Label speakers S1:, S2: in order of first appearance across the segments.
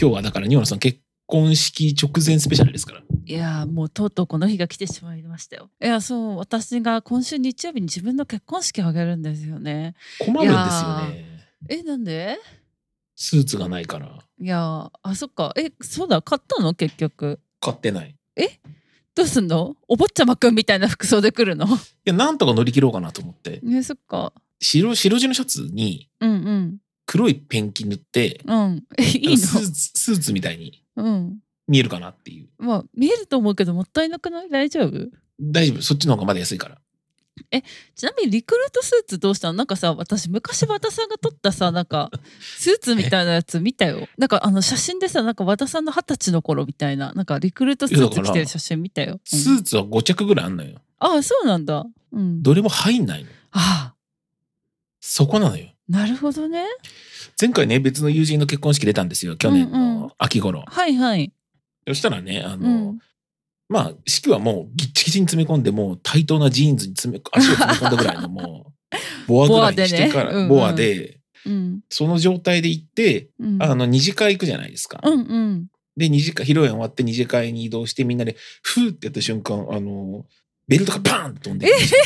S1: 今日はだから、ニオナさん結婚式直前スペシャルですから。
S2: いやーもうとうとうこの日が来てしまいましたよ。いやそう私が今週日曜日に自分の結婚式を挙げるんですよね。
S1: 困るんですよね。
S2: えなんで
S1: スーツがないから。
S2: いやーあそっかえそうだ買ったの結局。
S1: 買ってない。い
S2: どうすんのお坊ちゃまくんみたいな服装で来るの
S1: や、なんとか乗り切ろうかなと思って。
S2: ねそっか。
S1: 白、白地のシャツに
S2: うん
S1: 黒いペンキ塗って、
S2: うんうん。え いい
S1: スーツ、スーツみたいに
S2: のうん。
S1: 見えるかなっていう。
S2: まあ見えると思うけどもったいなくない大丈夫
S1: 大丈夫。そっちの方がまだ安いから。
S2: ちなみにリクルートスーツどうしたのなんかさ私昔和田さんが撮ったさなんかスーツみたいなやつ見たよなんかあの写真でさなんか和田さんの二十歳の頃みたいななんかリクルートスーツ着てる写真見たよ、
S1: ス
S2: うん
S1: ーツは5着ぐらいあんのよ。
S2: ああそうなんだうん
S1: どれも入んないの。
S2: ああ
S1: そこなのよ。
S2: なるほどね
S1: 前回ね、別の友人の結婚式出たんですよ。去年
S2: うんう
S1: の
S2: ん
S1: 秋頃。
S2: はいはい
S1: そしたらね、あ
S2: う
S1: の、
S2: ん
S1: まあ、式はもうギッチギチに詰め込んで、もう対等なジーンズに詰め、足を詰め込んだぐらいのも う、ボアぐらいにしてから、ボ
S2: ボアでねうん
S1: ア
S2: う
S1: で,、
S2: んうん
S1: その状態で行って、
S2: うん
S1: あの、二次会行くじゃないですか。
S2: うんうん
S1: で、二次会、披露宴終わって二次会に移動して、みんなで、ふーってやった瞬間、あの、ベルトがバーンと飛んできました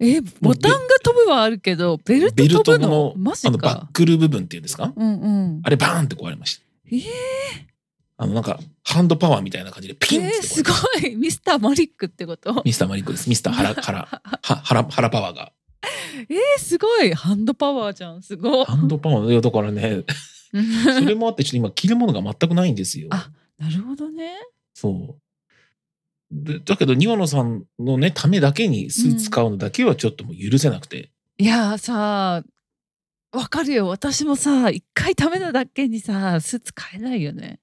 S2: えボタンが飛ぶはあるけどベルト
S1: ベル
S2: 飛
S1: ト
S2: ぶの
S1: の
S2: マジ
S1: あのバ
S2: か
S1: ックル部分っていうんですか
S2: うんうん
S1: あれバーンって壊れました。
S2: えー
S1: あの、なんか、ハンドパワーみたいな感じでピンっ
S2: えー
S1: て壊れました、
S2: すごいミスターマリックってこと
S1: ミスターマリックです。ミスターハラ、ハラ、はハラ、ハラパワーが。
S2: えー、すごいハンドパワーじゃんすごい
S1: ハンドパワーいやだからね、それもあって、ちょっと今着るものが全くないんですよ。
S2: あなるほどね
S1: そう。でだけど、庭野さんのね、ためだけにスーツ買うのだけはちょっともう許せなくて。
S2: いやーさわかるよ私もさ一回ためなだけにさスーツ買えないよね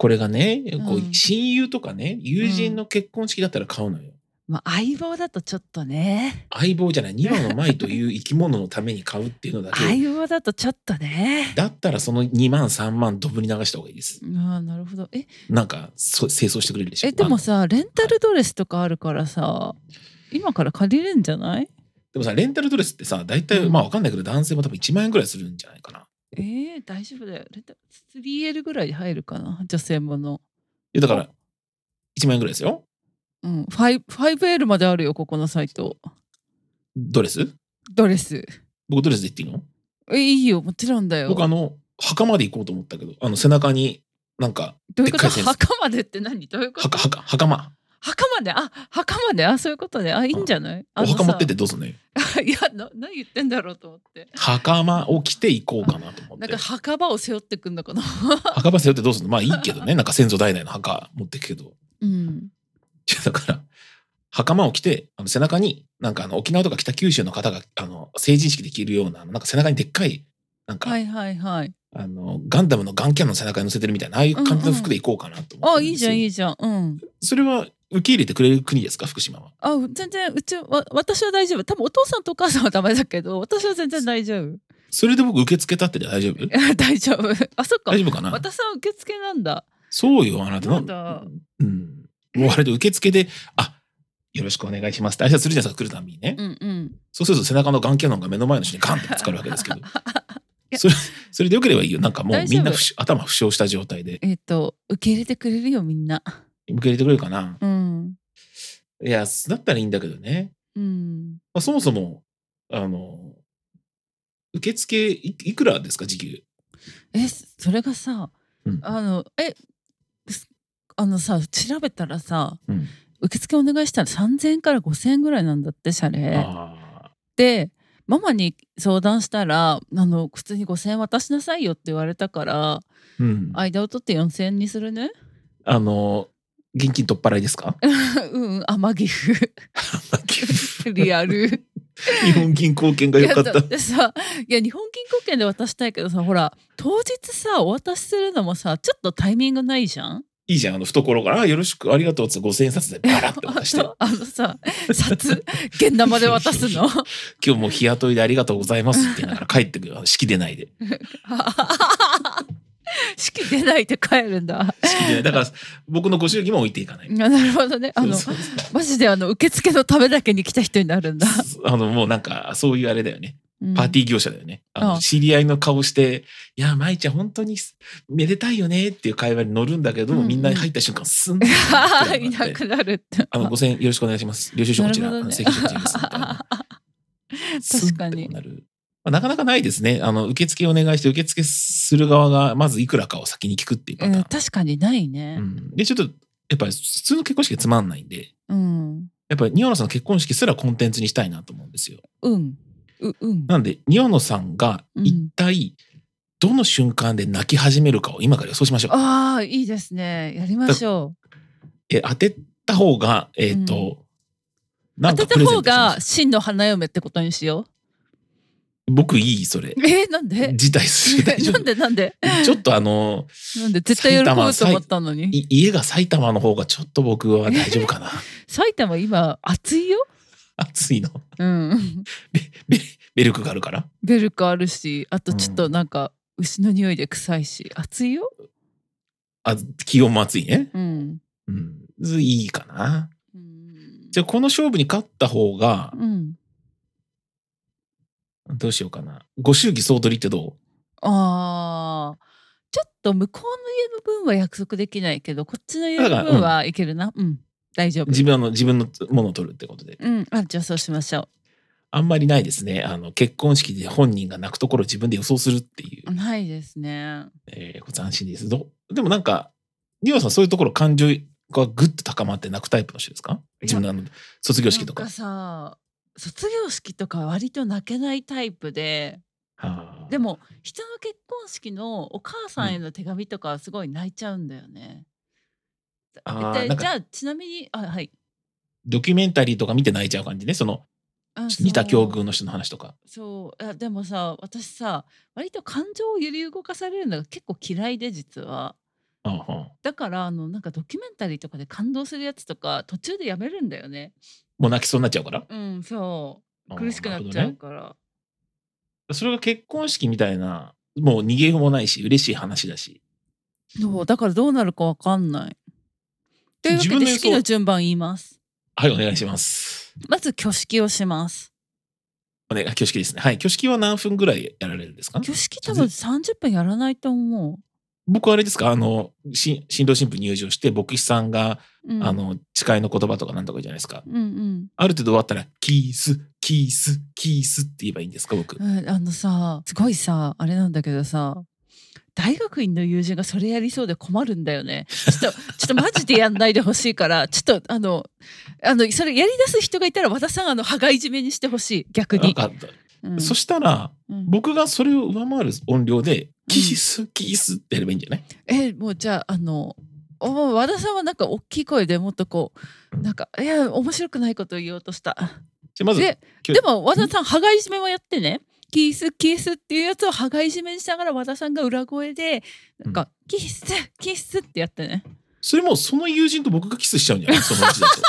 S1: これがね、こ
S2: うん
S1: う、親友とかね、友人の結婚式だったら買うのよ。
S2: まあ相棒だとちょっとね
S1: 相棒じゃない、庭野舞という生き物のために買うっていうのだけ。
S2: 相棒だとちょっとね
S1: だったらその2万3万ドブに流した方がいいです。
S2: ああなるほどえ
S1: なんか、そう清掃してくれるでしょ。
S2: えでも
S1: あ
S2: さレンタルドレスとかあるからさ今から借りれんじゃない
S1: でもさ、レンタルドレスってさ、大体、
S2: うん
S1: まあわかんないけど、男性も多分1万円ぐらいするんじゃないかな。い
S2: えー、大丈夫だよレンタル 3L ぐらいで入るかな女性もの
S1: やだから、1万円ぐらいですよ。
S2: うん、ファイ 5L まであるよここのサイト
S1: ドレス
S2: ドレス
S1: 僕ドレスで行っていいの
S2: えいいよもちろんだよ
S1: 僕あの、墓まで行こうと思ったけど、あの、背中に、なんか、
S2: どういうこ
S1: で
S2: と
S1: っかいセンス
S2: 墓までって何どういうこと
S1: 墓、墓、墓間。
S2: 墓まであ墓まであそういうことねあいいんじゃないあ
S1: お
S2: のさ
S1: 墓持ってってどうすんのよ。
S2: いやな何言ってんだろうと思って
S1: 墓間を着て行こうかなと思っ
S2: なん
S1: て
S2: か。墓場を背負ってくんのかな
S1: 墓場背負ってどうすんのまあいいけどね。なんか先祖代々の墓持ってくけど。
S2: うん
S1: いやだから、袴を着て、あの背中に、なんかあの沖縄とか北九州の方が、あの、成人式で着るような、あのなんか背中にでっかい、なんか、
S2: はいはいはい
S1: あの、ガンダムのガンキャンの背中に乗せてるみたいな、ああいう感じの服で行こうかなと思って
S2: あ
S1: る
S2: い
S1: ん
S2: い
S1: です
S2: じ
S1: よ
S2: ゃんいいじゃんうん
S1: それは受け入れてくれる国ですか、福島は。
S2: あ全然うちわ私は大丈夫多分お父さんとお母さんはダメだけど私は全然大丈夫
S1: それで僕受け付けたって大丈夫
S2: 大丈夫あそっか
S1: 大丈夫かな
S2: 私は受付なんだ
S1: そうよ、あなた。
S2: なんだ
S1: うん。もうあれで受付で、あ、よろしくお願いしますって挨拶するじゃないですか、来るたびにね。
S2: うんうん
S1: そうすると背中の眼鏡なんか目の前の人にガンってぶつかるわけで すけど。それ、それでよければいいよ。なんかもう
S2: 大丈夫
S1: みんな負傷頭負傷した状態で。
S2: えっ、と受け入れてくれるよみんな。
S1: 受け入れてくれるかな
S2: うん。
S1: いや、だったらいいんだけどね。
S2: うん。
S1: まあ、そもそも、あの、受付いいくらですか、時給。
S2: えそれがさ、
S1: うん
S2: あのえすあのさ調べたらさ
S1: うん。
S2: 受付お願いしたら3,000円から5,000円ぐらいなんだって謝礼。
S1: ああ。
S2: でママに相談したらあの普通に5,000円渡しなさいよって言われたから
S1: うん。
S2: 間を取って4,000円にするね。
S1: あの、現金取っ払いですか
S2: うん天岐阜 リア ル。
S1: 日本銀行券が
S2: い
S1: 良
S2: や
S1: かった
S2: だ。ってさいや日本銀行券で渡したいけどさほら当日さお渡しするのもさちょっとタイミングないじゃん
S1: いいじゃん、あの懐から、あよろしく、ありがとうっつって5000円札でバラッて渡し て、
S2: あのさ札現玉で渡すの
S1: 今日もう日雇いでありがとうございますって言いながら帰ってくる、あの式出ないで。
S2: 式出ないで帰るんだ
S1: 式出ない。だから、僕のご祝儀も置いていかない。
S2: なるほどねあの
S1: そうそうそう
S2: マジであの受付のためだけに来た人になるんだ
S1: あの、もうなんか、そういうあれだよね。パーテ
S2: ィ
S1: ィー業者だよね。あ
S2: あ
S1: の
S2: あ
S1: 知り合いの顔して、いや、舞ちゃん本当にすめでたいよねっていう会話に乗るんだけど、
S2: うんうん
S1: みんな入った瞬間、すん
S2: いなくなるって。
S1: あの、ご0 0よろしくお願いします。領収書こちら、
S2: なるほど
S1: あの
S2: ね
S1: 請求書こちらですみたいな
S2: 確かに
S1: スンってなるまあなかなかないですね。あの、受付お願いして、受付する側が、まずいくらかを先に聞くっていうパ
S2: う
S1: ター
S2: ん
S1: ン。
S2: 確かにないね
S1: う。ん、で、ちょっと、やっぱり普通の結婚式はつまんないんで、
S2: うん。
S1: やっぱりニオノさんの結婚式すらコンテンツにしたいなと思うんですよ。
S2: うん。ううん。
S1: なんで、ニオノさんが一体、どの瞬間で泣き始めるかを今から予想しましょう。
S2: ああいいですね。やりましょう。
S1: え当てた方が、えっ、と、
S2: 当
S1: なん
S2: て
S1: か
S2: た
S1: プレゼン
S2: 方
S1: トします
S2: が真の花嫁ってことにしよ
S1: 僕いい、それ
S2: う。。えー、なんで？
S1: 辞退する。大 丈
S2: な
S1: 夫
S2: んでなんで
S1: ちょっとあの、
S2: なんで絶対喜ぶと思ったのに。
S1: い家が埼玉の方がちょっと僕は大丈 夫かな。
S2: 埼玉今暑いよ。
S1: 暑いの。
S2: うん。
S1: ベベルクがあるから。
S2: ベルクあるし、あとちょっとなんか牛の匂いで臭いし、暑いよ。
S1: あ気温も暑いね。
S2: うん。
S1: うん。いいかな。
S2: うん
S1: じゃあこの勝負に勝った方が、
S2: うん。
S1: どうしようかな。ご祝儀総取りってど
S2: ああ。ちょっと向こうの家の分は約束できないけど、こっちの家
S1: だ
S2: の
S1: からう
S2: 分
S1: ん
S2: はいけるな。うん。大丈
S1: う
S2: 夫。
S1: 自分あの自分のものを取るってことで。
S2: うん。あ、じゃあそうしましょ
S1: あんまりないですね。あの、結婚式で本人が泣くところを自分で予想するっていう
S2: う。。ないですね。
S1: えー、これ斬新です。どでもなんか、リオさんそういうところ感情がぐっと高まって泣くタイプの人ですか自分のあの卒業式とか。
S2: なんかさ、卒業式とか割と泣けないタイプで、
S1: はあ
S2: でも人の結婚式のお母さんへの手紙とかはすごい泣いちゃうんだよね。
S1: あー
S2: で
S1: なん
S2: じ
S1: か
S2: ゃあちなみにあはい。
S1: ドキュメンタリーとか見て泣いちゃう感じね。その、
S2: あ
S1: 似た境
S2: そう
S1: 遇の人の話とか。
S2: そうあでもさ私さ割と感情を揺り動かされるのが結構嫌いで実は
S1: うんうん
S2: だからあのなんかドキュメンタリーとかで感動するやつとか途中でやめるんだよね
S1: もう泣きそうになっちゃうから。
S2: うんそ
S1: あ
S2: う
S1: ー
S2: 苦しくなっちゃ
S1: る
S2: う
S1: ほどね
S2: から、
S1: それが結婚式みたいな、もう逃げようもないし、嬉しい話だし。
S2: そうだからどうなるかわかんないというわ
S1: 自
S2: け
S1: 分の
S2: で
S1: 予想
S2: 式の順番言います
S1: はい、お願いします。
S2: まず挙式をします
S1: お願い、挙式ですね。はい、挙式は何分ぐらいやられるんですか
S2: 挙式多分30分やらないと思
S1: 僕はあれですかあの、し新郎新婦入場して、牧師さんが、
S2: う、うん、
S1: あの、誓いの言葉とかなんとかじゃないですか。
S2: うんうん
S1: ある程度終わったら、キース、キース、キースって言えばいいんですか、僕。
S2: うん、あのさすごいさあれなんだけどさ大学院の友人がそれやりそうで困るんだよね。ちょっと、 ちょっとマジでやんないでほしいから、ちょっと、あの、あの、それやり出す人がいたら、和田さん、あの、羽がいじめにしてほしい、逆
S1: なん
S2: に。
S1: か、
S2: うん
S1: そしたら、
S2: うん
S1: 僕がそれを上回る音量で、キース、キースってやればいいんじゃない
S2: え、もうじゃあ、あの、おもう和田さんはなんか大きい声でもっとこう、なんか、いや、面白くないことを言おうとした。
S1: じゃあまず、
S2: で、
S1: 今日
S2: でも和田さん、羽がいじめもやってね。キース、キースっていうやつを羽がいじめにしながら和田さんが裏声で、なんか、キース、キースってやってね。
S1: それもうその友人と僕がキスしちゃうんじゃ ないそのうちだと。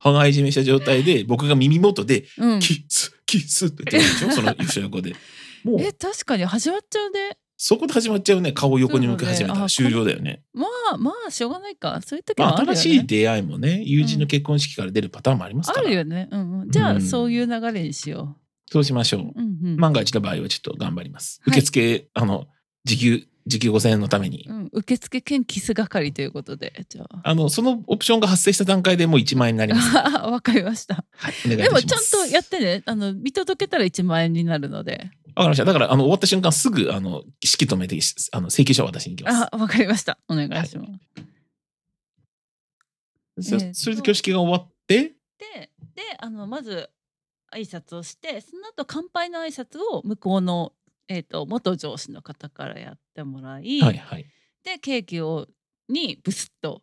S1: 羽がいじめした状態で、僕が耳元で、
S2: うん。
S1: キス、キスって言ってるでしょ その吉横で。もう、
S2: え、確かに始まっちゃうね。
S1: そこで始まっちゃうね。顔を横に向け始めたら
S2: そうだね
S1: 終了だよね。
S2: まあまあ、しょうがないか。そういう時
S1: ま
S2: は
S1: あ、
S2: あるよね。
S1: 新しい出会いもね、友人の結婚式から出るパターンもあります
S2: あ
S1: から。
S2: るよね。うんうん。じゃ
S1: う
S2: あ、
S1: ん
S2: そういう流れにしよ
S1: そうしましょう。
S2: う。うんうん。
S1: 万が一の場合はちょっと頑張ります。
S2: はい
S1: 受付、あの、時給、時給5000円のために。
S2: うん、受付兼キス係ということで、じゃあ。
S1: あの、そのオプションが発生した段階でもう1万円になります。
S2: あ わかりました。
S1: はい、お願いい
S2: で
S1: たしま
S2: も
S1: す。
S2: ちゃんとやってね。あの見届けたら1万円になるので。
S1: わかりました。だから、あの、終わった瞬間すぐ、あの、式止めて、しあの、請求書を渡しに行きます
S2: あ。わかりました。お願いします。
S1: そ
S2: えーと
S1: それで挙式が終わって、
S2: でであのまず挨拶をしてその後乾杯の挨拶を向こうの、えー、と元上司の方からやってもらい、
S1: はいはい。
S2: でケーキをにブスッと,、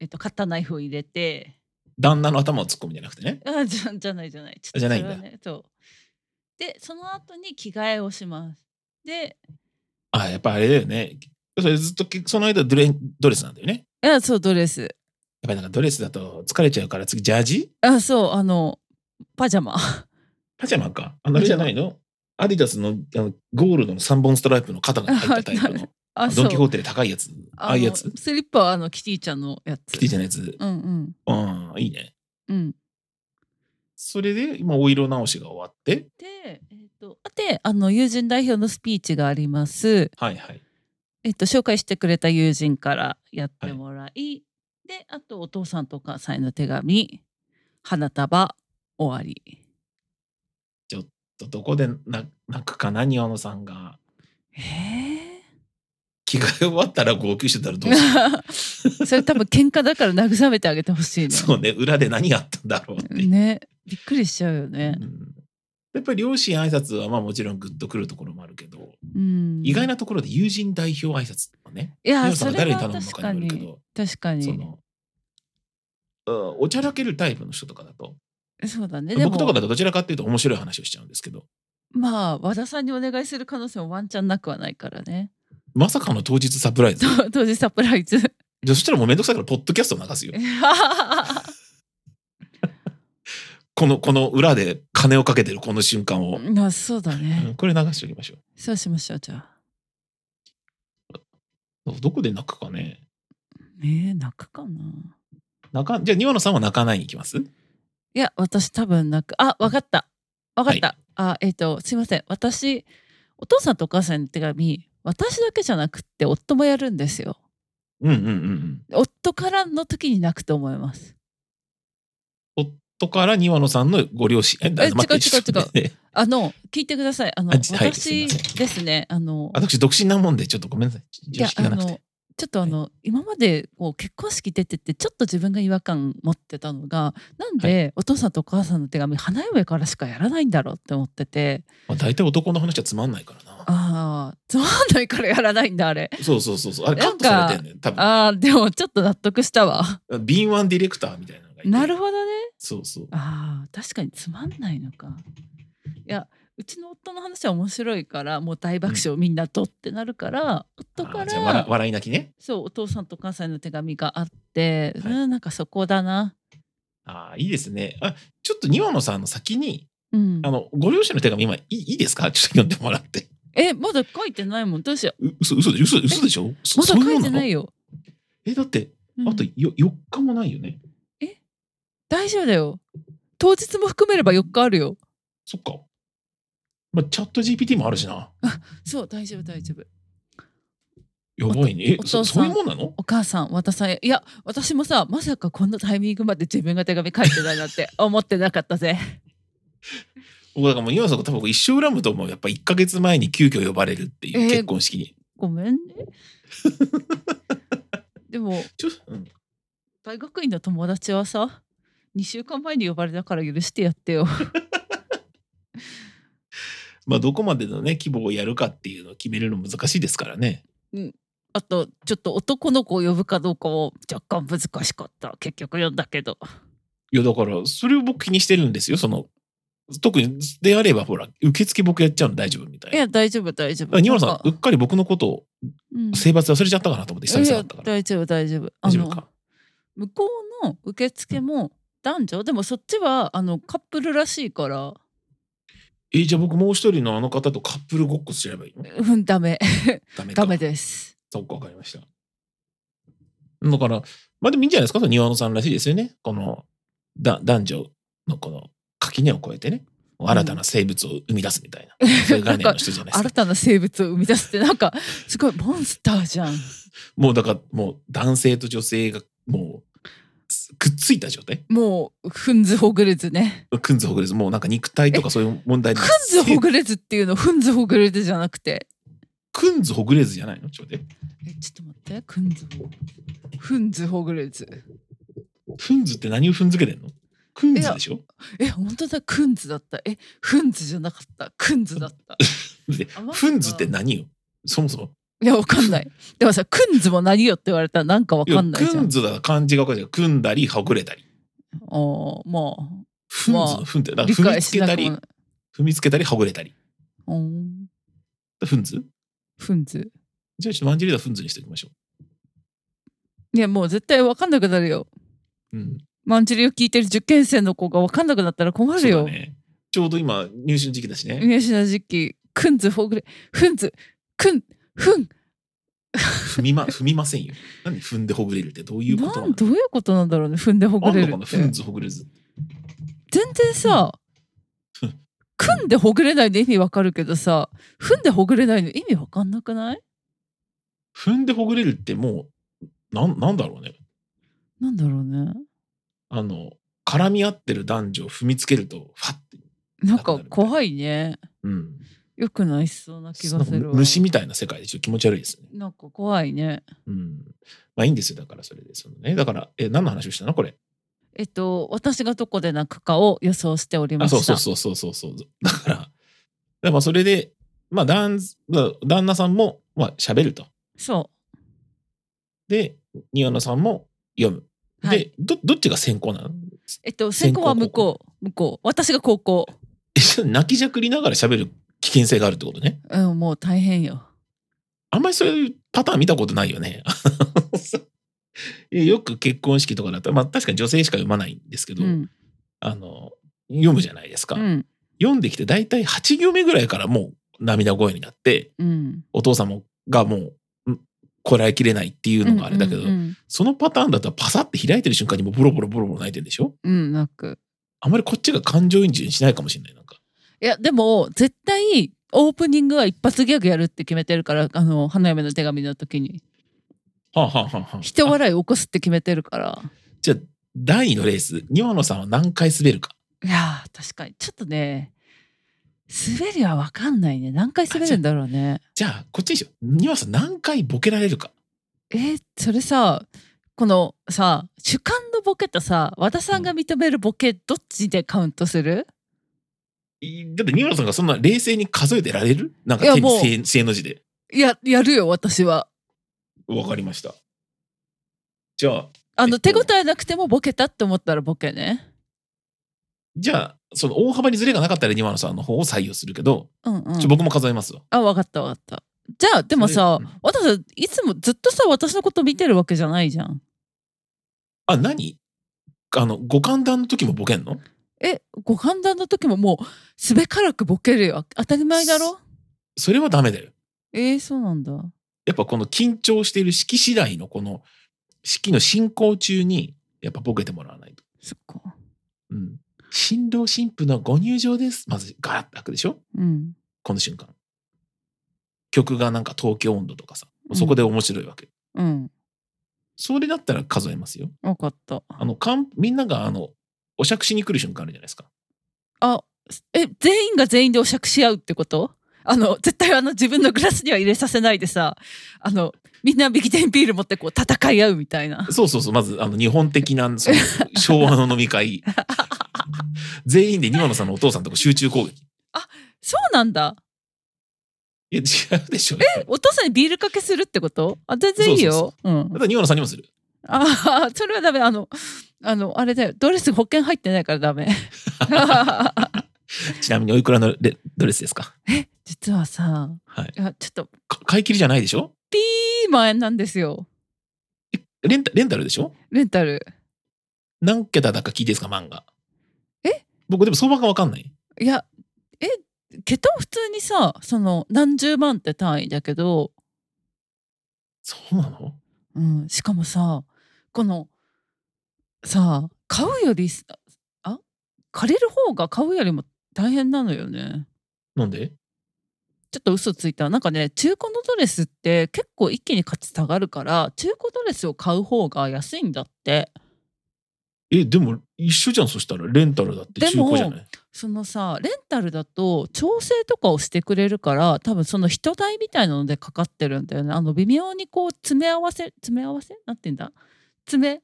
S2: えー、とカッターナイフを入れて
S1: 旦那の頭を突っ込むんじゃなくてね。
S2: あじゃじゃないじゃないちょっと
S1: じゃないん
S2: そ
S1: だ
S2: れはね、そうでその後に着替えをします。で
S1: あ、やっぱあれだよね。それずっと、その間ドレ、ドレスなんだよね。
S2: あそうドレス
S1: やっぱりなんかドレスだと疲れちゃうから次、ジャージ
S2: あそうあのパジャマ
S1: パジャマか。あのあれじゃないのアディダスのあのゴールドの3本ストライプの肩が入ったタイプの。
S2: あ
S1: ドン・キ
S2: そ
S1: ホ
S2: う
S1: ーテで高いやつ。ああいうやつ
S2: のスリッパはあのキティちゃんのやつ
S1: キティちゃんのやつ。
S2: うんうん
S1: うん、いいね。
S2: うん
S1: それで、今、お色直しが終わって、
S2: で、えー、とであの友人代表のスピーチがあります、
S1: はいはい。
S2: えっと、紹介してくれた友人からやってもらい、であとお父さんとお母さんへの手紙花束終わり
S1: どどこでな泣くかな、庭野さんが。
S2: え
S1: 着替え終わったら号泣してたらどうする
S2: ー、 それ多分喧嘩だから慰めてあげてほしいね
S1: そうね、裏で何やったんだろうっていう。
S2: ねびっくりしちゃうよね
S1: う、んやっぱり両親挨拶はまあもちろんグッとくるところもあるけど、
S2: うん、
S1: 意外なところで友人代表挨拶とかね、
S2: いや
S1: 庭野さ
S2: そ
S1: んが
S2: れ
S1: 誰に
S2: は
S1: 頼むの
S2: 確
S1: か
S2: か
S1: によるけ
S2: に
S1: ど、
S2: 確か
S1: そ
S2: に
S1: の、うんおちゃらけるタイプの人とかだと、
S2: そうだねでも
S1: 僕とかだとどちらかっていうと面白い話をしちゃうんですけど、
S2: まあ和田さんにお願いする可能性もワンチャンなくはないからね
S1: まさかの当日サプ ライズ。
S2: と当時サプライズ
S1: でそしたらもうめんどくさいから、ポッドキャストを流すよ。 この、この裏で金をかけてるこの瞬間を。
S2: あそうだ
S1: う
S2: ね
S1: んこれ流しておきましょ
S2: そうしましょうじゃあ
S1: う。どこで泣くかね。
S2: えー、泣くかな
S1: 泣かんじゃあ、庭野さんは泣かないに行きます
S2: いや私多分泣くあわかったわかった、
S1: は
S2: あえっ、とすいません私お父さんとお母さんの手紙私だけじゃなくって夫もやるんですよ
S1: うんうんうんうん。
S2: 夫からの時に泣くと思います
S1: 夫から庭野さんのご両親。え、だ
S2: え
S1: 待
S2: 違う
S1: って
S2: 違う
S1: ちょっと待って
S2: あの聞いてくださいあの
S1: あじはいすい
S2: 私
S1: ません
S2: ですねあの
S1: 私、独身なもんで、ちょっとごめんなさい。
S2: い
S1: 常
S2: や
S1: 識
S2: あ
S1: がなく
S2: の
S1: て。
S2: ちょっとあの、今までこう結婚式出ててちょっと自分が違和感持ってたのがなんでお父さんとお母さんの手紙花嫁からしかやらないんだろうって思ってて
S1: まあ、大体男の話はつまんないからな。
S2: ああつまんないからやらないんだあれ
S1: そうそうそうそう。あれ、カ
S2: な
S1: ッ
S2: ん
S1: ト
S2: か
S1: されてんねん多分。
S2: ああでもちょっと納得したわ
S1: 敏腕ディレクターみたいなのがいて。
S2: なるほどね
S1: そうそう。
S2: ああ確かにつまんないのかいやうちの夫の話は面白いからもう大爆笑みんなとってなるから、夫か
S1: あじゃあ笑
S2: ら
S1: 笑い泣きね。
S2: そうお父さんとお母さんへの手紙があって、
S1: はい
S2: うんなんかそこだな
S1: ああ、いいですね。あ、ちょっと庭野さんの先に、
S2: うん
S1: あの、ご両親の手紙今、いいいいですかちょっと読んでもらって。
S2: えまだ書いてないもんどうしよ
S1: う嘘、嘘で、嘘、嘘でしょ
S2: う
S1: そ
S2: まだ
S1: そういう
S2: 書
S1: も
S2: い
S1: ん
S2: て
S1: なの
S2: ないよ、
S1: え、だって、
S2: うん
S1: あとよ4日もないよね。
S2: 大丈夫だよ当日も含めれば4日あるよ
S1: そっか。まあ、チャット GPT もあるしな。
S2: そう大丈夫大丈夫
S1: やばいね。え
S2: お、
S1: そ
S2: 父
S1: そ
S2: さ
S1: うんいうもんなの
S2: お母さん私さんへいや私もさまさかこんなタイミングまで自分が手紙書いてないなん て思ってなかったぜ
S1: 僕、だからもう庭野さんが多分一生恨むと思う。やっぱ1ヶ月前に急遽呼ばれるっていう、
S2: えー
S1: 結婚式に。
S2: ごめんね でも
S1: ちょうん
S2: 大学院の友達はさ2週間前に呼ばれたから許してやってよ
S1: まあ、どこまでのね、規模をやるかっていうのを決めるの難しいですからね。
S2: あとちょっと男の子を呼ぶかどうかも若干難しかった結局呼んだけど
S1: いや、だから、それを僕気にしてるんですよ。その、特に、であれば、ほら、受付僕やっちゃうの大丈夫みたい
S2: い
S1: な。
S2: や大丈夫大丈
S1: だ
S2: 夫
S1: から庭野さ
S2: なん
S1: ん、う
S2: か
S1: っかり僕のことを
S2: うん
S1: 性罰忘れちゃったかなと思って、久々
S2: い
S1: だ
S2: や
S1: ったから。
S2: 大丈夫大丈夫あ
S1: 大丈夫
S2: の
S1: か。
S2: 向こうの受付も男女でもそっちはあのカップルらしいから
S1: えじゃあ僕もう一人のあの方とカップルごっこすればいいの
S2: うんダメ
S1: ダメか。
S2: ダメです
S1: そっか、わかりました。だから、まあでもいいんじゃないですか、その庭野さんらしいですよね。この、だ男女のこの垣根を越えてね、新たな生物を生み出すみたいな、そういう概念の人じゃないですか
S2: 新。たな生物を生み出すってなん かすごいモンスターじゃん
S1: もうだから、もう男性と女性がもう、くっついた状態
S2: もうふんずほぐれずね
S1: くんずほぐれず、もうなんか肉体とかそういう問題
S2: ふんずほぐれずっていうのふんずほぐれずじゃなくて
S1: くんずほぐれずじゃないのちょっと待って。
S2: えちょっと待ってくんずほふんずほぐれず
S1: ふんずって何を踏んづけてんのくんずでしょ
S2: え本当だくんずだったえふんずじゃなかったくんずだった
S1: で
S2: あマジか
S1: ふんずって何よそもそも。
S2: いや、わかん ない。でもさ、くんずも何よって言われたらなんかわかんないじゃ
S1: く
S2: ん。
S1: んずだ、漢字がわかるじゃん。くんだり、ほぐれたり。
S2: おーも
S1: ふんず
S2: ま
S1: の
S2: あ
S1: ふんって、だ
S2: う、
S1: か
S2: 理
S1: ら踏
S2: 解
S1: みつ
S2: し
S1: け
S2: なくも
S1: たり
S2: ない、。
S1: 踏みつけたり、ほぐれたり。
S2: うん
S1: ふんず
S2: ふんず。
S1: じゃあちょっとマンジェリーダふんずにしておきましょ
S2: いや、もう絶対わかんなくなるよ。
S1: う。うん。
S2: マンチリを聞いてる受験生の子がわかんなくなったら困る
S1: そう
S2: よ。
S1: だね。ちょうど今、入試の時期だしね。
S2: 入試の時期、くんずほぐれ、ふんず、くん、ふん。
S1: 踏みま、踏みませんよ。何踏んでほぐれるってどういうこと
S2: な
S1: なんの
S2: どういうことなんだろうね、ふんでほぐ
S1: あん
S2: れ
S1: の
S2: る
S1: かな
S2: っ
S1: ふん
S2: て。
S1: ずほぐれず。
S2: 全然さ
S1: うん、
S2: 組んでほぐれないの意味わかるけどさ踏んでほぐれないの意味わかんなくない
S1: 踏んでほぐれるってもう、なん、なんだろうね。
S2: なんだろうね
S1: あの、絡み合ってる男女を踏みつけると、ファッて。
S2: なんか怖いね
S1: うん。
S2: よくないしそうな気が
S1: なん
S2: す
S1: か
S2: るわ
S1: 虫みたいな世界でちょっと気持ち悪いですね。
S2: なんか怖いね
S1: うん。まあいいんですよ。だからそれで。そのね。だから、え、何の話をしたのこれ。
S2: えっと私がどこで泣くかを予想しておりま
S1: あ、
S2: した
S1: そうそうそうそうそうそう。 だから、だからまあそれで、まあ旦、まあ旦那さんも、まあ喋ると。
S2: そ
S1: で、庭野さんも読む。
S2: う
S1: で、
S2: はい
S1: ど、どっちが先行なの
S2: えっと先行は向こう向こう私が高校
S1: えちょっと泣きじゃくりながら喋る危険性があるってことね。
S2: うんもう大変よ
S1: あんまりそういうパターン見たことないよね。 いやよく結婚式とかだったら、まあ確かに女性しか読まないんですけ
S2: う
S1: ど、
S2: ん
S1: あの、読むじゃないですか。
S2: うん
S1: 読んできて大体8行目ぐらいからもう涙声になって、
S2: うん
S1: お父様がもう、んこらえきれないっていうのがあれだけど、
S2: うんうん
S1: そのパターンだったらパサって開いてる瞬間にもうボロボロボロボロ泣いてるでしょ
S2: うんうん泣く
S1: あまりこっちが感情移入しないかもしれない。なんか。
S2: いやでも絶対オープニングは一発ギャグやるって決めてるからあの花嫁の手紙の時に
S1: はあ、はあはあはあ、
S2: 人笑い起こすって決めてるから
S1: じゃあ、第2のレース、庭野さんは何回滑るか。
S2: いやー確かにちょっとね滑りは分かんないね何回滑るんだろうね
S1: じゃあ、こっちにしよう。庭野さん何回ボケられるか。
S2: えーそれさこのさ主観のボケとさ和田さんが認めるボケどっちでカウントする、
S1: いだって庭野さんがそんな冷静に数えてられるなんか
S2: いや
S1: 手
S2: もう
S1: に正正の字で。
S2: いややるよ私は
S1: わかりました。じゃあ、
S2: あの、
S1: えっと
S2: 手応えなくてもボケたって思ったらボケね
S1: じゃあ、その大幅にズレがなかったら庭野さんの方を採用するけど、
S2: うんうん
S1: ちょ僕も数えますわ。
S2: あ分かった分かったじゃあでもさ
S1: それうん
S2: 私さいつもずっとさ私のこと見てるわけじゃないじゃん
S1: あ、何あの、五感談の時もボケんの
S2: えご判断の時ももうすべからくボケるよ当たり前だろ
S1: それはダメだよ。
S2: えー、そうなんだう
S1: やっぱこの緊張している式次第のこの式の進行中にやっぱボケてもらわないと。
S2: そっか
S1: うん。新郎新婦のご入場です。まずガラッと開くでしょ
S2: うん
S1: この瞬間。曲がなんか東京温度とかさ。そこで面白いわけ。
S2: うん
S1: それだったら数えますよ。
S2: 分かった
S1: あの、かんみんながあの、お酌しに来る瞬間あるじゃないですか。
S2: あえ全員が全員でお酌し合うってことあの絶対あの自分のグラスには入れさせないでさあのみんなビキテンビール持ってこう戦い合うみたいな
S1: そうそうそう。まず、あの、日本的な、 その、昭和の飲み会。全員で庭野さんのお父さんとこ集中攻撃。
S2: そうなんだ
S1: いや、違うでしょ。え
S2: お父さんにビールかけするってことあ全然いいよ
S1: そう
S2: うん
S1: だから庭野さんにもする。
S2: ああ、 それはダメ。あの、あの、あれだよ。ドレス保険入ってないからダ メ。
S1: ちなみにおいくらのレドレスですか
S2: 実はさ、
S1: はい。
S2: いやちょっと、
S1: か買い切りじゃないでしょ
S2: いい万円なんですよ。
S1: レンタレンタルでしょ
S2: レンタル。
S1: 何桁だか聞いていいですか漫画。
S2: え
S1: 僕でも相場がわかんない。
S2: いや、え、桁は普通にさ、その、何十万って単位だけど、
S1: そうなの
S2: うん、しかもさ、この、さ、買うよりす、あ、借りる方が買うよりも大変なのよね。
S1: なんで
S2: ちょっと嘘ついた。なんかね、中古のドレスって結構一気に価値下がるから、中古ドレスを買う方が安いんだって。
S1: え、でも一緒じゃん。そしたらレンタルだって
S2: で
S1: 中
S2: も
S1: 古じゃない
S2: そのさ、レンタルだと調整とかをしてくれるから、多分その人代みたいなのでかかってるんだよね。あの微妙にこう詰め合わせ、詰め合わせなんて言うんだ詰め、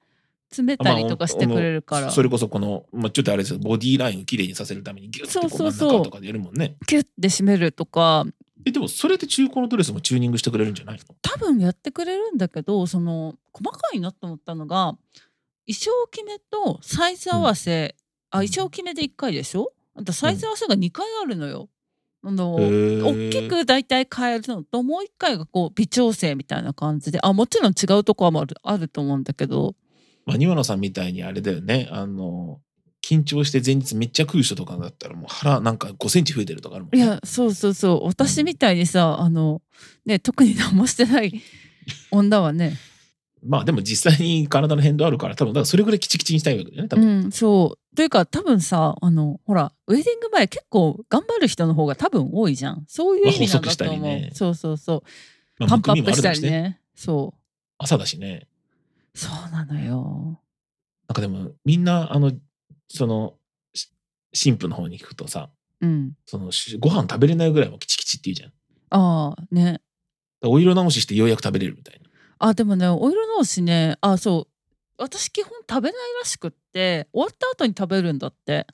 S2: 詰めたりとかしてくれるか
S1: あ
S2: ら
S1: の。それこそこの、まあ、ちょっとあれですけどボディラインをきれいにさせるためにギュッと
S2: そ
S1: こ
S2: うそうう
S1: 真
S2: そうん
S1: 中とかでやるもんね。
S2: キュッて締めるとか、
S1: え、でもそれで中古のドレスもチューニングしてくれるんじゃないの
S2: 多分やってくれるんだけどその細かいなと思ったのが衣装決めとサイズ合わせ、あ衣装決めで1回でしょあとサイズ合わせが2回あるのよ。あの
S1: へー
S2: 大きく大体変えるのともう1回がこう微調整みたいな感じであもちろん違うとこはもあるあると思うんだけど
S1: まあ、庭野さんみたいにあれだよね。あの、緊張して前日めっちゃ食う人とかだったらもう腹なんか5センチ増えてるとかあるもん
S2: い
S1: ね。
S2: やそうそうそう私みたいにさあのね特に何もしてない女はね
S1: まあでも実際に体の変動あるから、多分、だからそれぐらいキチキチにしたいわけだよね、多分。
S2: うん、そう。というか多分さあのほらウェディング前結構頑張る人の方が多分多いじゃんそういう意味なんだと思う、
S1: まあ細くしたりね
S2: そうそうそう
S1: まあ
S2: パンプアップ
S1: むくみもある
S2: した
S1: だろう
S2: りねそ
S1: 朝だしね。
S2: うそうなのよ
S1: なんかでも、みんな、あの、その、し神父の方に聞くとさ、
S2: うん
S1: その、しご飯食べれないぐらいもキチキチって言うじゃん。だか
S2: ああね
S1: らお色直ししてようやく食べれるみたいな。
S2: あでもねお色直しねあそう私基本食べないらしくって終わった後に食べるんだって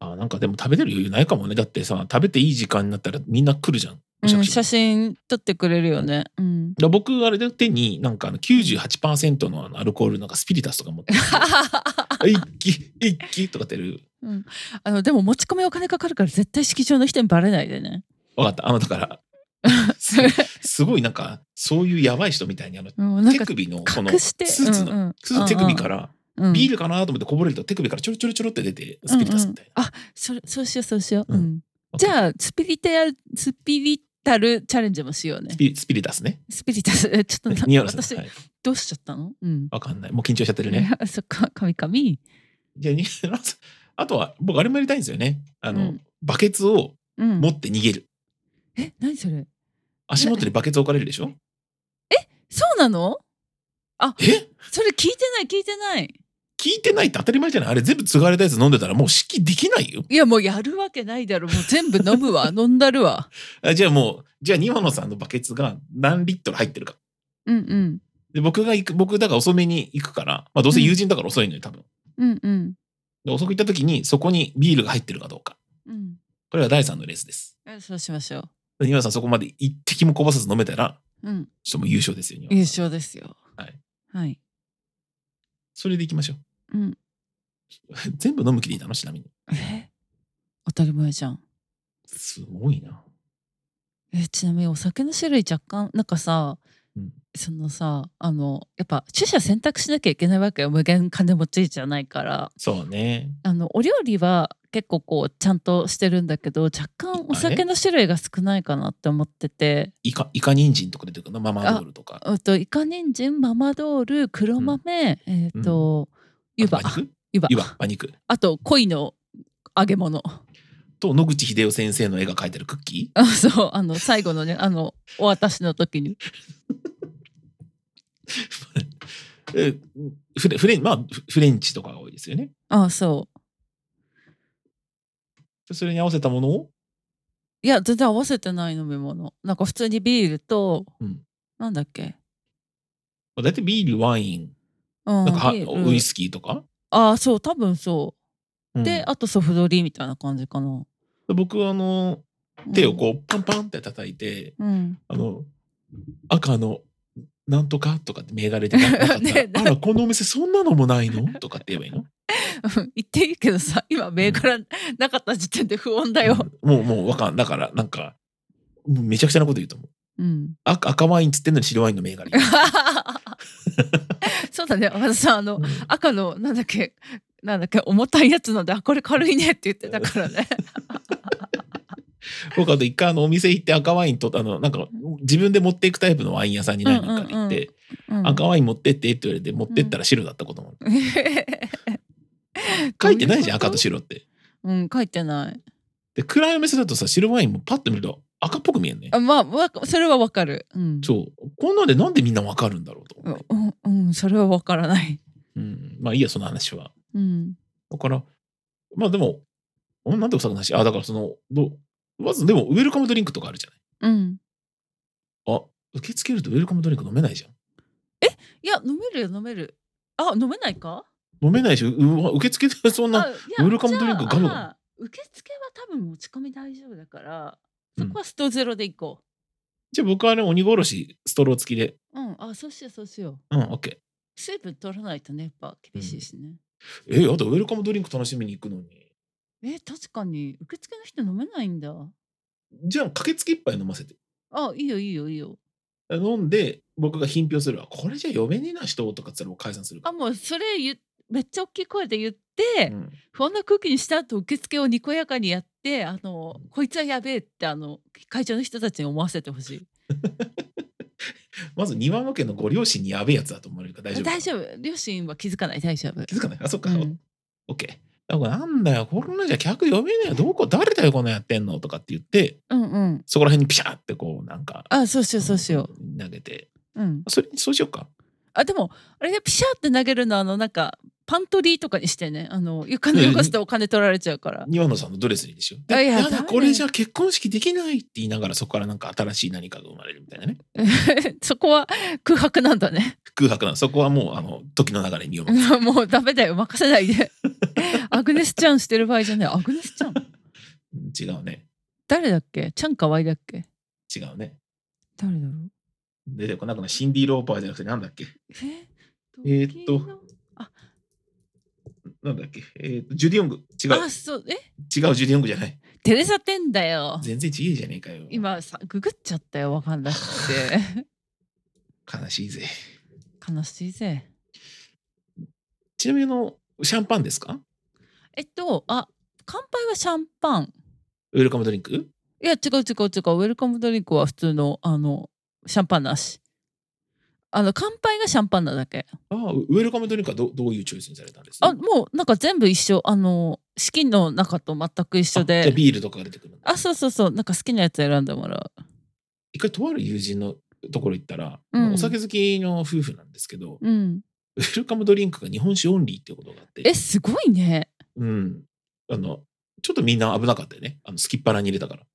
S1: あなんかでも食べてる余裕ないかもね。だってさ、食べていい時間になったらみんな来るじゃん。
S2: う
S1: むしゃく
S2: ん、
S1: しゃ
S2: 写真撮ってくれるよね。 うん。
S1: だから僕、あれで手に、なんかあの98%のあのアルコール、なんかスピリタスとか 持って、一気、一気とかってやる。
S2: うんあのでも持ち込みお金かかるから絶対式場の人にバレないでね。
S1: わかった。あの、だから、すすごいなんか、そういうやばい人みたいに、あの、
S2: うん、なん
S1: 手
S2: か
S1: 首のこの、
S2: 隠して
S1: スーツの、
S2: うんうん
S1: スーツの手首から、
S2: うんうん
S1: ビールかなと思ってこぼれると手首からちょろちょろちょろって出て、スピリタスみたい
S2: う
S1: な。
S2: んうんあそれそうしようそうしよう、
S1: う
S2: うんん
S1: オッケ
S2: じ
S1: ー
S2: ゃあスピリタルスピリタルチャレンジもしようね
S1: スピスピリタスね。
S2: スピリタス ちょっと
S1: 似合
S2: な
S1: うです
S2: 私、
S1: ね。はい
S2: どうしちゃったのうん
S1: わかんない。もう緊張しちゃってるね。
S2: そっか神々
S1: じゃあ、ニューラス あとは、僕、あれもやりたいんですよね。あの、
S2: うん
S1: バケツを
S2: うん
S1: 持って逃げる。
S2: え何それ
S1: 足元にバケツ置かれるでしょ
S2: そうなの
S1: え
S2: それ聞いてない聞いてない
S1: 聞いてないって当たり前じゃないあれ全部継がれたやつ飲んでたらもう式できないよ。
S2: いやもうやるわけないだろもう全部飲む わ飲んだるわ
S1: あじゃあもう、じゃあ、庭野さんのバケツが何リットル入ってるか。
S2: うんうん
S1: で、僕が行く、僕、だから遅めに行くから、まあ、どうせ友人だから遅いのよ、多分。
S2: うんうん
S1: で、遅く行った時に、そこにビールが入ってるかどうか。
S2: うん
S1: これが第3のレースです。
S2: えそうしましょう
S1: で庭野さん、そこまで一滴もこぼさず飲めたら、
S2: うん
S1: ちょっともう優勝ですよ、庭野
S2: 優
S1: さん
S2: 勝ですよ
S1: はい、
S2: はい、
S1: それで行きましょう。
S2: うん
S1: 全部飲む気でいたのちなみに。
S2: え当たり前じゃん
S1: すごいな。
S2: えちなみにお酒の種類若干なんかさ、
S1: うん
S2: そのさあのやっぱ取捨選択しなきゃいけないわけよ無限金持ちじゃないから
S1: そうね。
S2: あのお料理は結構こうちゃんとしてるんだけど若干お酒の種類が少ないかなって思ってて
S1: イカ、イカ人参とか出てくるのママドールとか。
S2: うんとイカ人参ママドール黒豆、えっ、と、湯葉
S1: あと馬肉
S2: 湯葉
S1: 湯葉、馬肉。
S2: あと恋の揚げ物
S1: と、野口英世先生の絵が描いてるクッキー。
S2: あそうあの最後のねあのお渡しの時に
S1: えフレフレン、まあ、フフレンチとかが多いですよね。
S2: あそう
S1: それに合わせたものを、
S2: いや全然合わせてない飲み物なんか普通にビールと、
S1: うん
S2: なんだっけ、
S1: まあ、大体ビール、ワイン、
S2: うん、
S1: なんかは
S2: ビール
S1: ウイスキーとか。
S2: ああそう多分そう、
S1: うん
S2: であとソフトリーみたいな感じかな
S1: 僕はあの、手をこう、パンパンって叩いて、
S2: うん、うん、
S1: あの、赤の、なんとかとかって銘柄でななかった ら
S2: ね
S1: あら、このお店そんなのもないのとかって言えばいいの
S2: 言っていいけどさ今銘柄 なかった時点で不穏 だよ、
S1: うんもう、もう、わかん。だから、なんか、もうめちゃくちゃなこと言うと思う。
S2: うん、
S1: 赤赤ワインっつってんのに白ワインの銘柄。
S2: そうだね私さんあの
S1: うん
S2: 赤のなんだっけなんだっけ重たいやつなんであこれ軽いねって言ってたからね
S1: 僕あと一回あのお店行って赤ワインとあのなんか自分で持っていくタイプのワイン屋さんに何人かで行っ
S2: うんう
S1: て、
S2: んうん
S1: 赤ワイン持ってってって言われて持ってったら白だったこともある、書いてないじゃん赤と白って。
S2: うん書いてない
S1: で暗いお店だとさ白ワインもパッと見ると赤っぽく見えんね
S2: あ。まあわそれはわかるうん
S1: そうこんなんでなんでみんなわかるんだろうと思って、
S2: うんうんそれはわからない
S1: うん、まあいいやその話は。
S2: うん
S1: だからまあでもおなんでお酒なしあだからそのどうまずでもウェルカムドリンクとかあるじゃない。
S2: うん
S1: あ受け付けるとウェルカムドリンク飲めないじゃん。
S2: いや飲めるよ飲めるあ飲めないか
S1: 飲めないしうわ受け付けてそんな
S2: あい
S1: ウェルカムドリンクガブガブ
S2: じゃあ受付は多分持ち込み大丈夫だからそこはストゼロで行こ
S1: じゃあ僕はね、鬼殺し、ストロー付きで。
S2: ううん、あそうしようそうしよう
S1: うん、オッケ
S2: 水分取らないとねやっぱ厳しいしね、
S1: ー。え、あとウェルカムドリンク楽しみに行くのに。
S2: え確かに受付の人飲めないんだ
S1: じゃあ、駆けつけ一杯飲ませて。
S2: あいいよいいよいいよ
S1: 飲んで、僕が品評するわ。これじゃ嫁にな人とかっつったらもう解散するか
S2: あ
S1: ら。
S2: もうそれ言っめっちゃ大きい声で言って、
S1: うん
S2: 不安な空気にした後受付をにこやかにやってあのこいつはやべえってあの会長の人たちに思わせてほしい
S1: まず庭間家のご両親にやべえやつだと思われるから大丈夫。
S2: 大丈夫両親は気づかない大丈夫
S1: 気づかないあ、そっか。
S2: う
S1: オ
S2: ん
S1: ッケー。だからなんだよ、こんなんじゃ客呼べねえよ。どこ、誰だよ、こんなんやってんのとかって言って、
S2: うんうん
S1: そこら辺にピシャーってこう、なんか、
S2: あそうしようそうしよ
S1: うん。投げて。
S2: ううん
S1: それ、そうしようか。
S2: あでもあれねピシャーって投げるのあのなんかパントリーとかにしてねあの床にかすとお金取られちゃうから
S1: 庭野さんのドレスにでしょ。
S2: あいや
S1: や
S2: ダメ
S1: だ、
S2: ね
S1: これじゃ結婚式できないって言いながら、そこからなんか新しい何かが生まれるみたいなね。
S2: そこは空白なんだね
S1: 空白なの。そこはもう、あの、時の流れに読 む。
S2: もうダメだよ任せないで アグネスちゃんしてる場合じゃないアグネスちゃん
S1: うん違うね。
S2: 誰だっけちゃんかわいだっけ
S1: 違うね。
S2: 誰だろう
S1: 出てこなくない。シンディ・ローパーじゃなくて、なんだっけ
S2: え
S1: えーっと
S2: 時の
S1: なんだっけえーと、ジュディ・ヨング。違う。
S2: あそうえ
S1: 違う、ジュディ・ヨングじゃない。
S2: テレサテンだよ
S1: 全然違えじゃねえかよ。
S2: 今さググっちゃったよわかんなく て
S1: 悲しいぜ。
S2: 悲しいぜ
S1: ちなみにあの、シャンパンですか
S2: えっとあ乾杯はシャンパン
S1: ウェルカムドリンク
S2: いや違う違う違うウェルカムドリンクは普通のあのシャンパンなしあの乾杯がシャンパンなだけ
S1: ああ、ウェルカムドリンクはどどういうチョイスにされたんです
S2: あもうなんか全部一緒あの資金の中と全く一緒
S1: あじゃあ
S2: で
S1: ビールとかが出てくるんだ
S2: あそうそうそうなんか好きなやつ選んでもら
S1: 一回とある友人のところ行ったら、
S2: うん
S1: お酒好きの夫婦なんですけど、
S2: ううん
S1: ウェルカムドリンクが日本酒オンリーっていうことがあって
S2: え、すごいね
S1: うん。あの、ちょっとみんな危なかったよね。あの、すきっ腹に入れたから。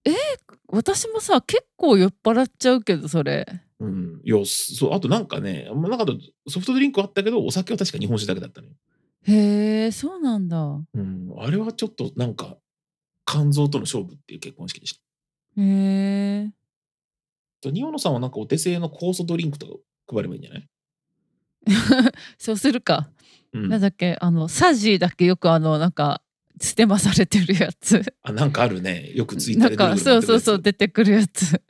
S2: 私もさ結構酔っ払っちゃうけどそれ
S1: うん。よそう、あとなんかね、まあなんかソフトドリンクはあったけど、お酒は確か日本酒だけだったのよ。
S2: へえそうなんだ
S1: うん。あれはちょっとなんか、肝臓との勝負っていう結婚式でした。
S2: へえ
S1: と、ニオノさんはなんかお手製の酵素ドリンクとか配ればいいんじゃない、
S2: そうするか、
S1: うん
S2: なんだっけあのサジーだっけよくあのなんかステマされてるやつ
S1: あなんかあるね。よくツイッタ
S2: な
S1: ー
S2: ん
S1: で
S2: か
S1: ぐるぐ
S2: そう
S1: る回ってる
S2: そ
S1: や
S2: う
S1: つ
S2: そう出てくるやつ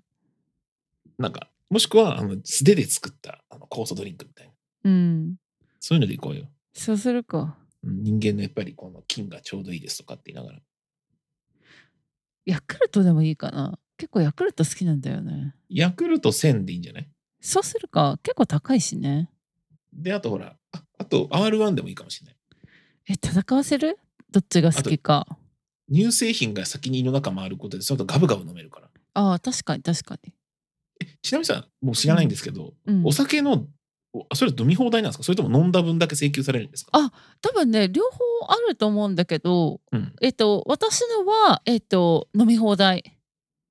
S1: なんか、もしくはあの素手で作ったあの酵素ドリンクみたいな。
S2: うん
S1: そういうのでいこうよ。
S2: そうするか
S1: うん人間のやっぱりこの菌がちょうどいいですとかって言いながら。
S2: ヤクルトでもいいかな結構ヤクルト好きなんだよね
S1: ヤクルト1000でいいんじゃない
S2: そうするか結構高いしね
S1: で、あとほら、ああと R1 でもいいかもしれない。
S2: え戦わせるどっちが好きか
S1: 乳製品が先に胃の中回ることで、その後ガブガブ飲めるから。
S2: ああ確かに確かに、
S1: ちなみにさ、もう知らないんですけど、
S2: うん、
S1: お酒の、おそれは飲み放題なんですかそれとも飲んだ分だけ請求されるんですか
S2: あ多分ね両方あると思うんだけど
S1: うん。
S2: えっと私のはえっと飲み放題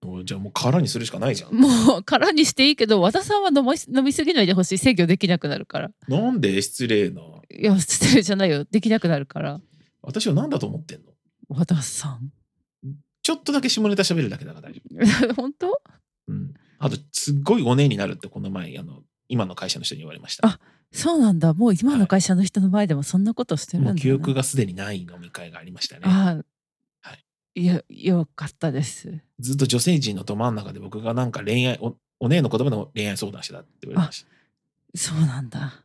S1: おじゃあもう空にするしかないじゃん。
S2: もう空にしていいけど和田さんは飲み飲みすぎないでほしい制御できなくなるから
S1: なんで失礼な。
S2: いや失礼じゃないよできなくなるから
S1: 私は何だと思ってんの
S2: 和田さん
S1: ちょっとだけ下ネタ喋るだけだから大丈
S2: 本当
S1: 夫。うん。あと、すっごいおねえになるってこの前、あの、今の会社の人に言われました。
S2: あそうなんだもう今の会社の人の前でもそんなことしてるんだ、
S1: も
S2: ね
S1: う記憶がすでにない飲み会がありましたね。
S2: ああ、、
S1: はい
S2: やよかったです
S1: ずっと女性陣のど真ん中で僕がなんか恋愛、おおねえの言葉の恋愛相談してたって言われました。
S2: そうなんだ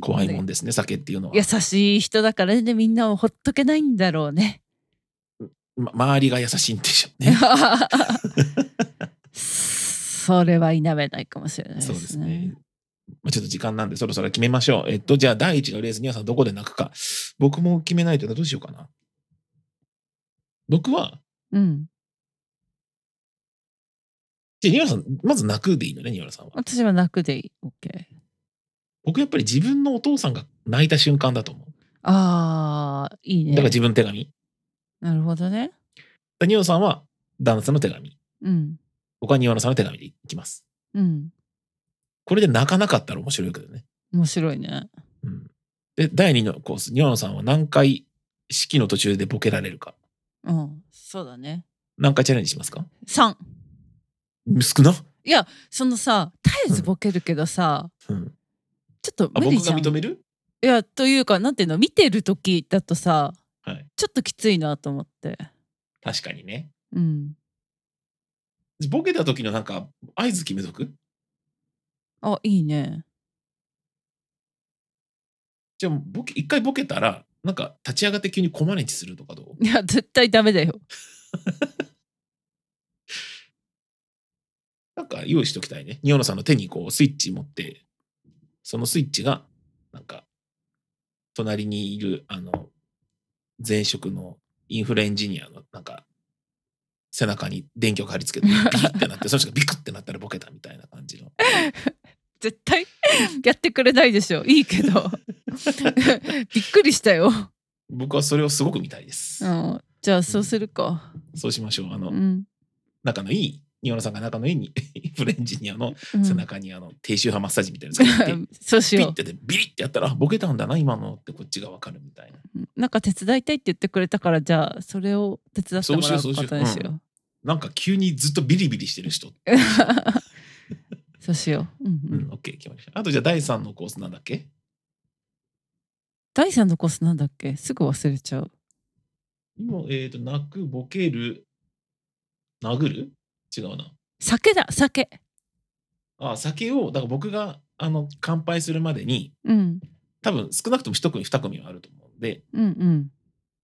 S1: 怖いもんですね、酒っていうのは
S2: 優。しい人だからねみんなをほっとけないんだろうね
S1: ま、周りが優しいんでしょうね。
S2: それは否めないかもしれないです
S1: そ
S2: ね。
S1: うですね。まあ、ちょっと時間なんでそろそろ決めましょう。えっと、じゃあ第一のレース、皆さんどこで泣くか。僕も決めないというのはどうしようかな。僕は、
S2: うん。
S1: じゃあ、ニワさん、まず泣くでいいのね、ニワさんは。
S2: 私は泣くでいい。OK。
S1: 僕やっぱり自分のお父さんが泣いた瞬間だと思う。
S2: ああ、いい
S1: だから
S2: ね。
S1: 自分の手紙。
S2: なるほどね。
S1: ニワさんは旦那さんの手紙。
S2: うん。
S1: 僕はニワさんの手紙でいきます。
S2: うん。
S1: これで泣かなかったら面白いけどね。
S2: 面白いね。
S1: うん。で、第二のコース、ニワさんは何回式の途中でボケられるか。
S2: うん。そうだね。
S1: 何回チャレンジしますか
S2: 3。
S1: 少な。
S2: そのさ、絶えずボケるけどさ、
S1: うん。
S2: ちょっ
S1: あ、
S2: と無理
S1: 僕
S2: じ
S1: が
S2: ゃん。い
S1: 認める
S2: や、というか、なんていうの、見てる時だとさ、
S1: はい。
S2: ちょっときついなと思って。
S1: 確かにね。
S2: うん。
S1: ボケた時のなんか、合図決めとく
S2: あ、いいね。
S1: じゃあ、ボケ、一回ボケたら、なんか、立ち上がって急にコマネチするとかどう
S2: いや、絶対ダメだよ。
S1: なんか用意しときたいね。仁野さんの手にこうスイッチ持って、そのスイッチが、なんか、隣にいる、あの、前職のインフラエンジニアの、なんか、背中に電極貼り 付けて、ビキってなって、その人がビクってなったらボケたみたいな感じの。
S2: 絶対やってくれないでしょいいけど びっくりしたよ、
S1: 僕はそれをすごく見たいです。
S2: うん、じゃあそうするか、
S1: そうしましょう。あの、
S2: うん
S1: 仲のいい、仁野さんが仲のいいにインフラエンジニアの
S2: うん
S1: 背中にあの低周波マッサージみたいなのつけて
S2: そうし
S1: ピ
S2: よ
S1: ッてでビリってやったらあボケたんだな今のってこっちがわかるみたいな
S2: うなんか手伝いたいって言ってくれたからじゃあそれを手伝ってもらう
S1: そうしよう
S2: ことにしよう
S1: なんか急にずっとビリビリしてる人
S2: そうしよう、うん
S1: う
S2: うん
S1: ん OK 決まりましたあとじゃあ第3のコースなんだっけ
S2: 第3のコースなんだっけすぐ忘れちゃう
S1: 今えっ、と泣くボケる殴る違うな
S2: 酒だ酒
S1: あ酒をだから僕があの乾杯するまでに
S2: うん
S1: 多分少なくとも1組2組はあると思うんで
S2: うん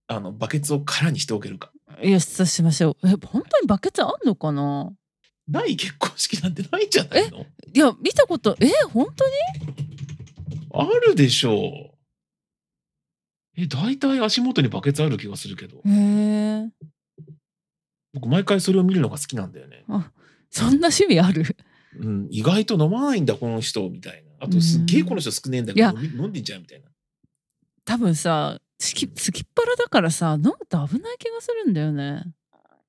S1: あのバケツを空にしておけるか
S2: うんよしそうしましょうえ本当にバケツあんのかな
S1: ない結婚式なんてないんじゃないの
S2: いや見たことえ本当に
S1: あるでしょうえ大体足元にバケツある気がするけど
S2: へえ
S1: 僕毎回それを見るのが好きなんだよね。
S2: そんな趣味ある
S1: うん、意外と飲まないんだこの人みたいな。あとすっげえこの人少ねえんだけど飲み飲んでんじゃんみたいな。
S2: 多分さすきすきっ腹だからさ飲むと危ない気がするんだよね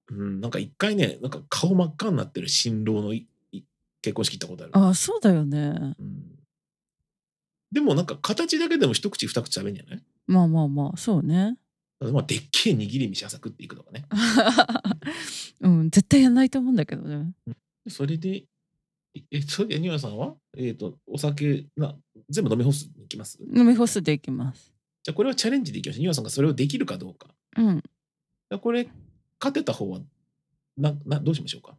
S1: うん、なんか一回ねなんか顔真っ赤になってる新郎のいい結婚式行ったことある。
S2: あそうだよね
S1: うん、でもなんか形だけでも一口二口食べんじゃない
S2: まあまあまあそうね
S1: まあでっけえ握り飯朝食っていくとかね。
S2: うん絶対やんないと思うんだけどね
S1: それでえそれでニワさんはえっ、とお酒な全部飲み干すに行きますじ
S2: 飲み干すでいきます
S1: ゃあこれはチャレンジでいきましょう。ニワさんがそれをできるかどうか。
S2: うん
S1: だからこれ、勝てた方は、な、な、どうしましょうか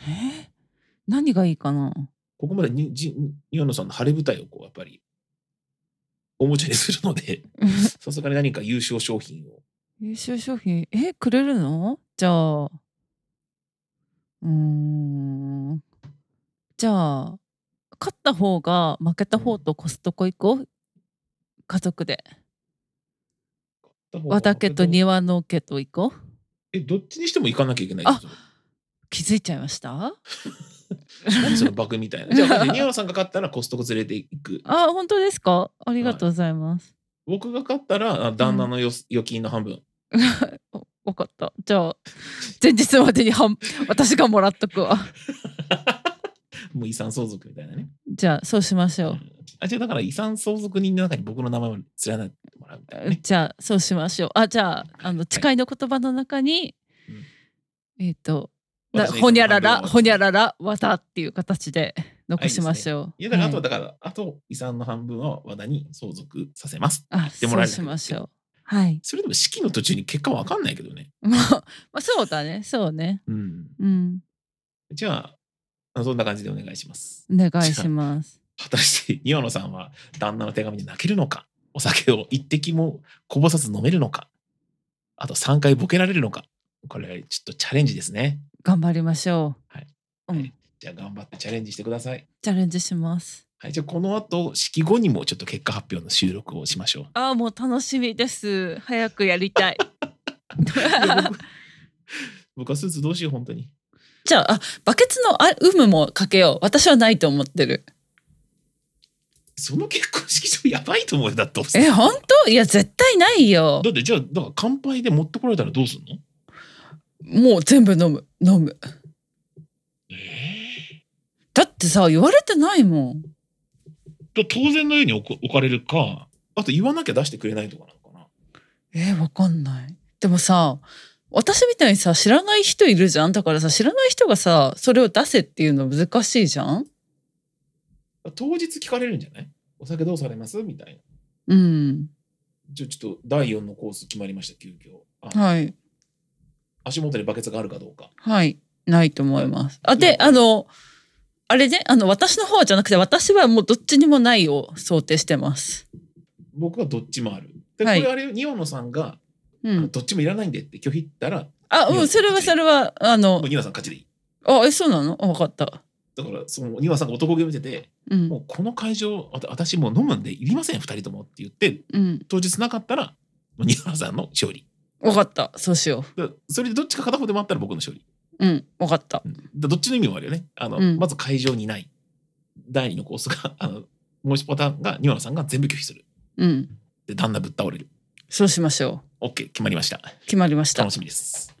S2: え何がいいかな
S1: ここまでに、じ、岩野さんの晴れ舞台をこう、やっぱり、おもちゃにするので、さすがに何か優勝商品を。
S2: 優勝商品えくれるのじゃあうーんじゃあ勝った方が負けた方とコストコ行こう家族で和田家と庭の家と行こう
S1: え、どっちにしても行かなきゃいけない
S2: あ
S1: ですよ
S2: 気づいちゃいました
S1: 何そのバグみた いな。じゃあ、まず岩野さんが勝ったらコストコ連れて行く。
S2: あ本当ですかありがとうございます、
S1: 僕が勝ったら、あ旦那のよ預金の半分。
S2: おわかったじゃあ前日までに半私がもらっとくわ
S1: もう遺産相続みたいなね。
S2: じゃあそうしましょう
S1: あ、じゃあだから遺産相続人の中に僕の名前を連ねてもらうみたいなね。
S2: じゃあそうしましょう。あじゃああの誓いの言葉の中に、えっ、とな
S1: 私の遺産
S2: ほに
S1: の半分を
S2: ゃららほにゃららわたっていう形で残しましょう。
S1: いや、だからあと
S2: は
S1: はだから、あと遺産の半分は和田に相続させます。
S2: あ
S1: てもらえ
S2: そうし
S1: る
S2: ましょう。はい。
S1: それでも式の途中に結果は分かんないけどね。
S2: まあ、まあ、そうだね。そうね。
S1: うん。
S2: うん。
S1: じゃあ、そんな感じでお願いします。
S2: お願いします。
S1: 果たして、岩野さんは旦那の手紙に泣けるのか、お酒を一滴もこぼさず飲めるのか、あと3回ボケられるのか、これちょっとチャレンジですね。
S2: 頑張りましょう。
S1: はい。
S2: うん。
S1: じゃあ頑張ってチャレンジしてください。
S2: チャレンジします。
S1: はい、じゃあこの後、式後にもちょっと結果発表の収録をしましょう。
S2: あもう楽しみです。早くやりたい。
S1: いや僕 僕はスーツどうしよう、本当に。
S2: じゃああバケツのあ有無もかけよう。私はないと思ってる。
S1: その結婚式場やばいと思うよ、だって。
S2: え本当いや絶対ないよ。
S1: だってじゃあ、だから乾杯で持ってこられたらどうすんの
S2: もう全部飲む飲む
S1: え
S2: だってさ言われてないもん
S1: え当然のように置く置かれるか、あと言わなきゃ出してくれないとかなのかな。
S2: えー、わかんないでもさ私みたいにさ知らない人いるじゃんだからさ知らない人がさそれを出せっていうの難しいじゃん
S1: 当日聞かれるんじゃないお酒どうされますみたいな。
S2: うん
S1: じゃあちょっと第4のコース決まりました、急遽。あ
S2: はい
S1: 足元にバケツがあるかどうか。
S2: はいないと思いますあであのあれねあの私の方じゃなくて私はもうどっちにもないを想定してます
S1: 僕はどっちもある。で、こ
S2: はい
S1: れあれよ、ニオ野さんが、
S2: う
S1: あの
S2: ん
S1: どっちもいらないんでって拒否ったら、
S2: あうんそれはそれはあ
S1: も
S2: の
S1: うニオ野さん勝ちでいい。
S2: あえそうなのあ分かった
S1: だからその庭さんが男気を見てて
S2: うん
S1: もうこの会場わた私もう飲むんでいりません2人ともって言って
S2: うん
S1: 当日なかったら庭さんの勝利
S2: 分かったそうしよ
S1: だそれでどっちか片方でもあったら僕の勝利
S2: ううん分かった
S1: だどっちの意味もあるよねあの、
S2: うん
S1: まず会場にない第二のコースが あのもう一パターンが庭野さんが全部拒否する
S2: うん
S1: で旦那ぶっ倒れる
S2: そうしましょ
S1: OK 決まりました
S2: う決まりました
S1: 楽しみです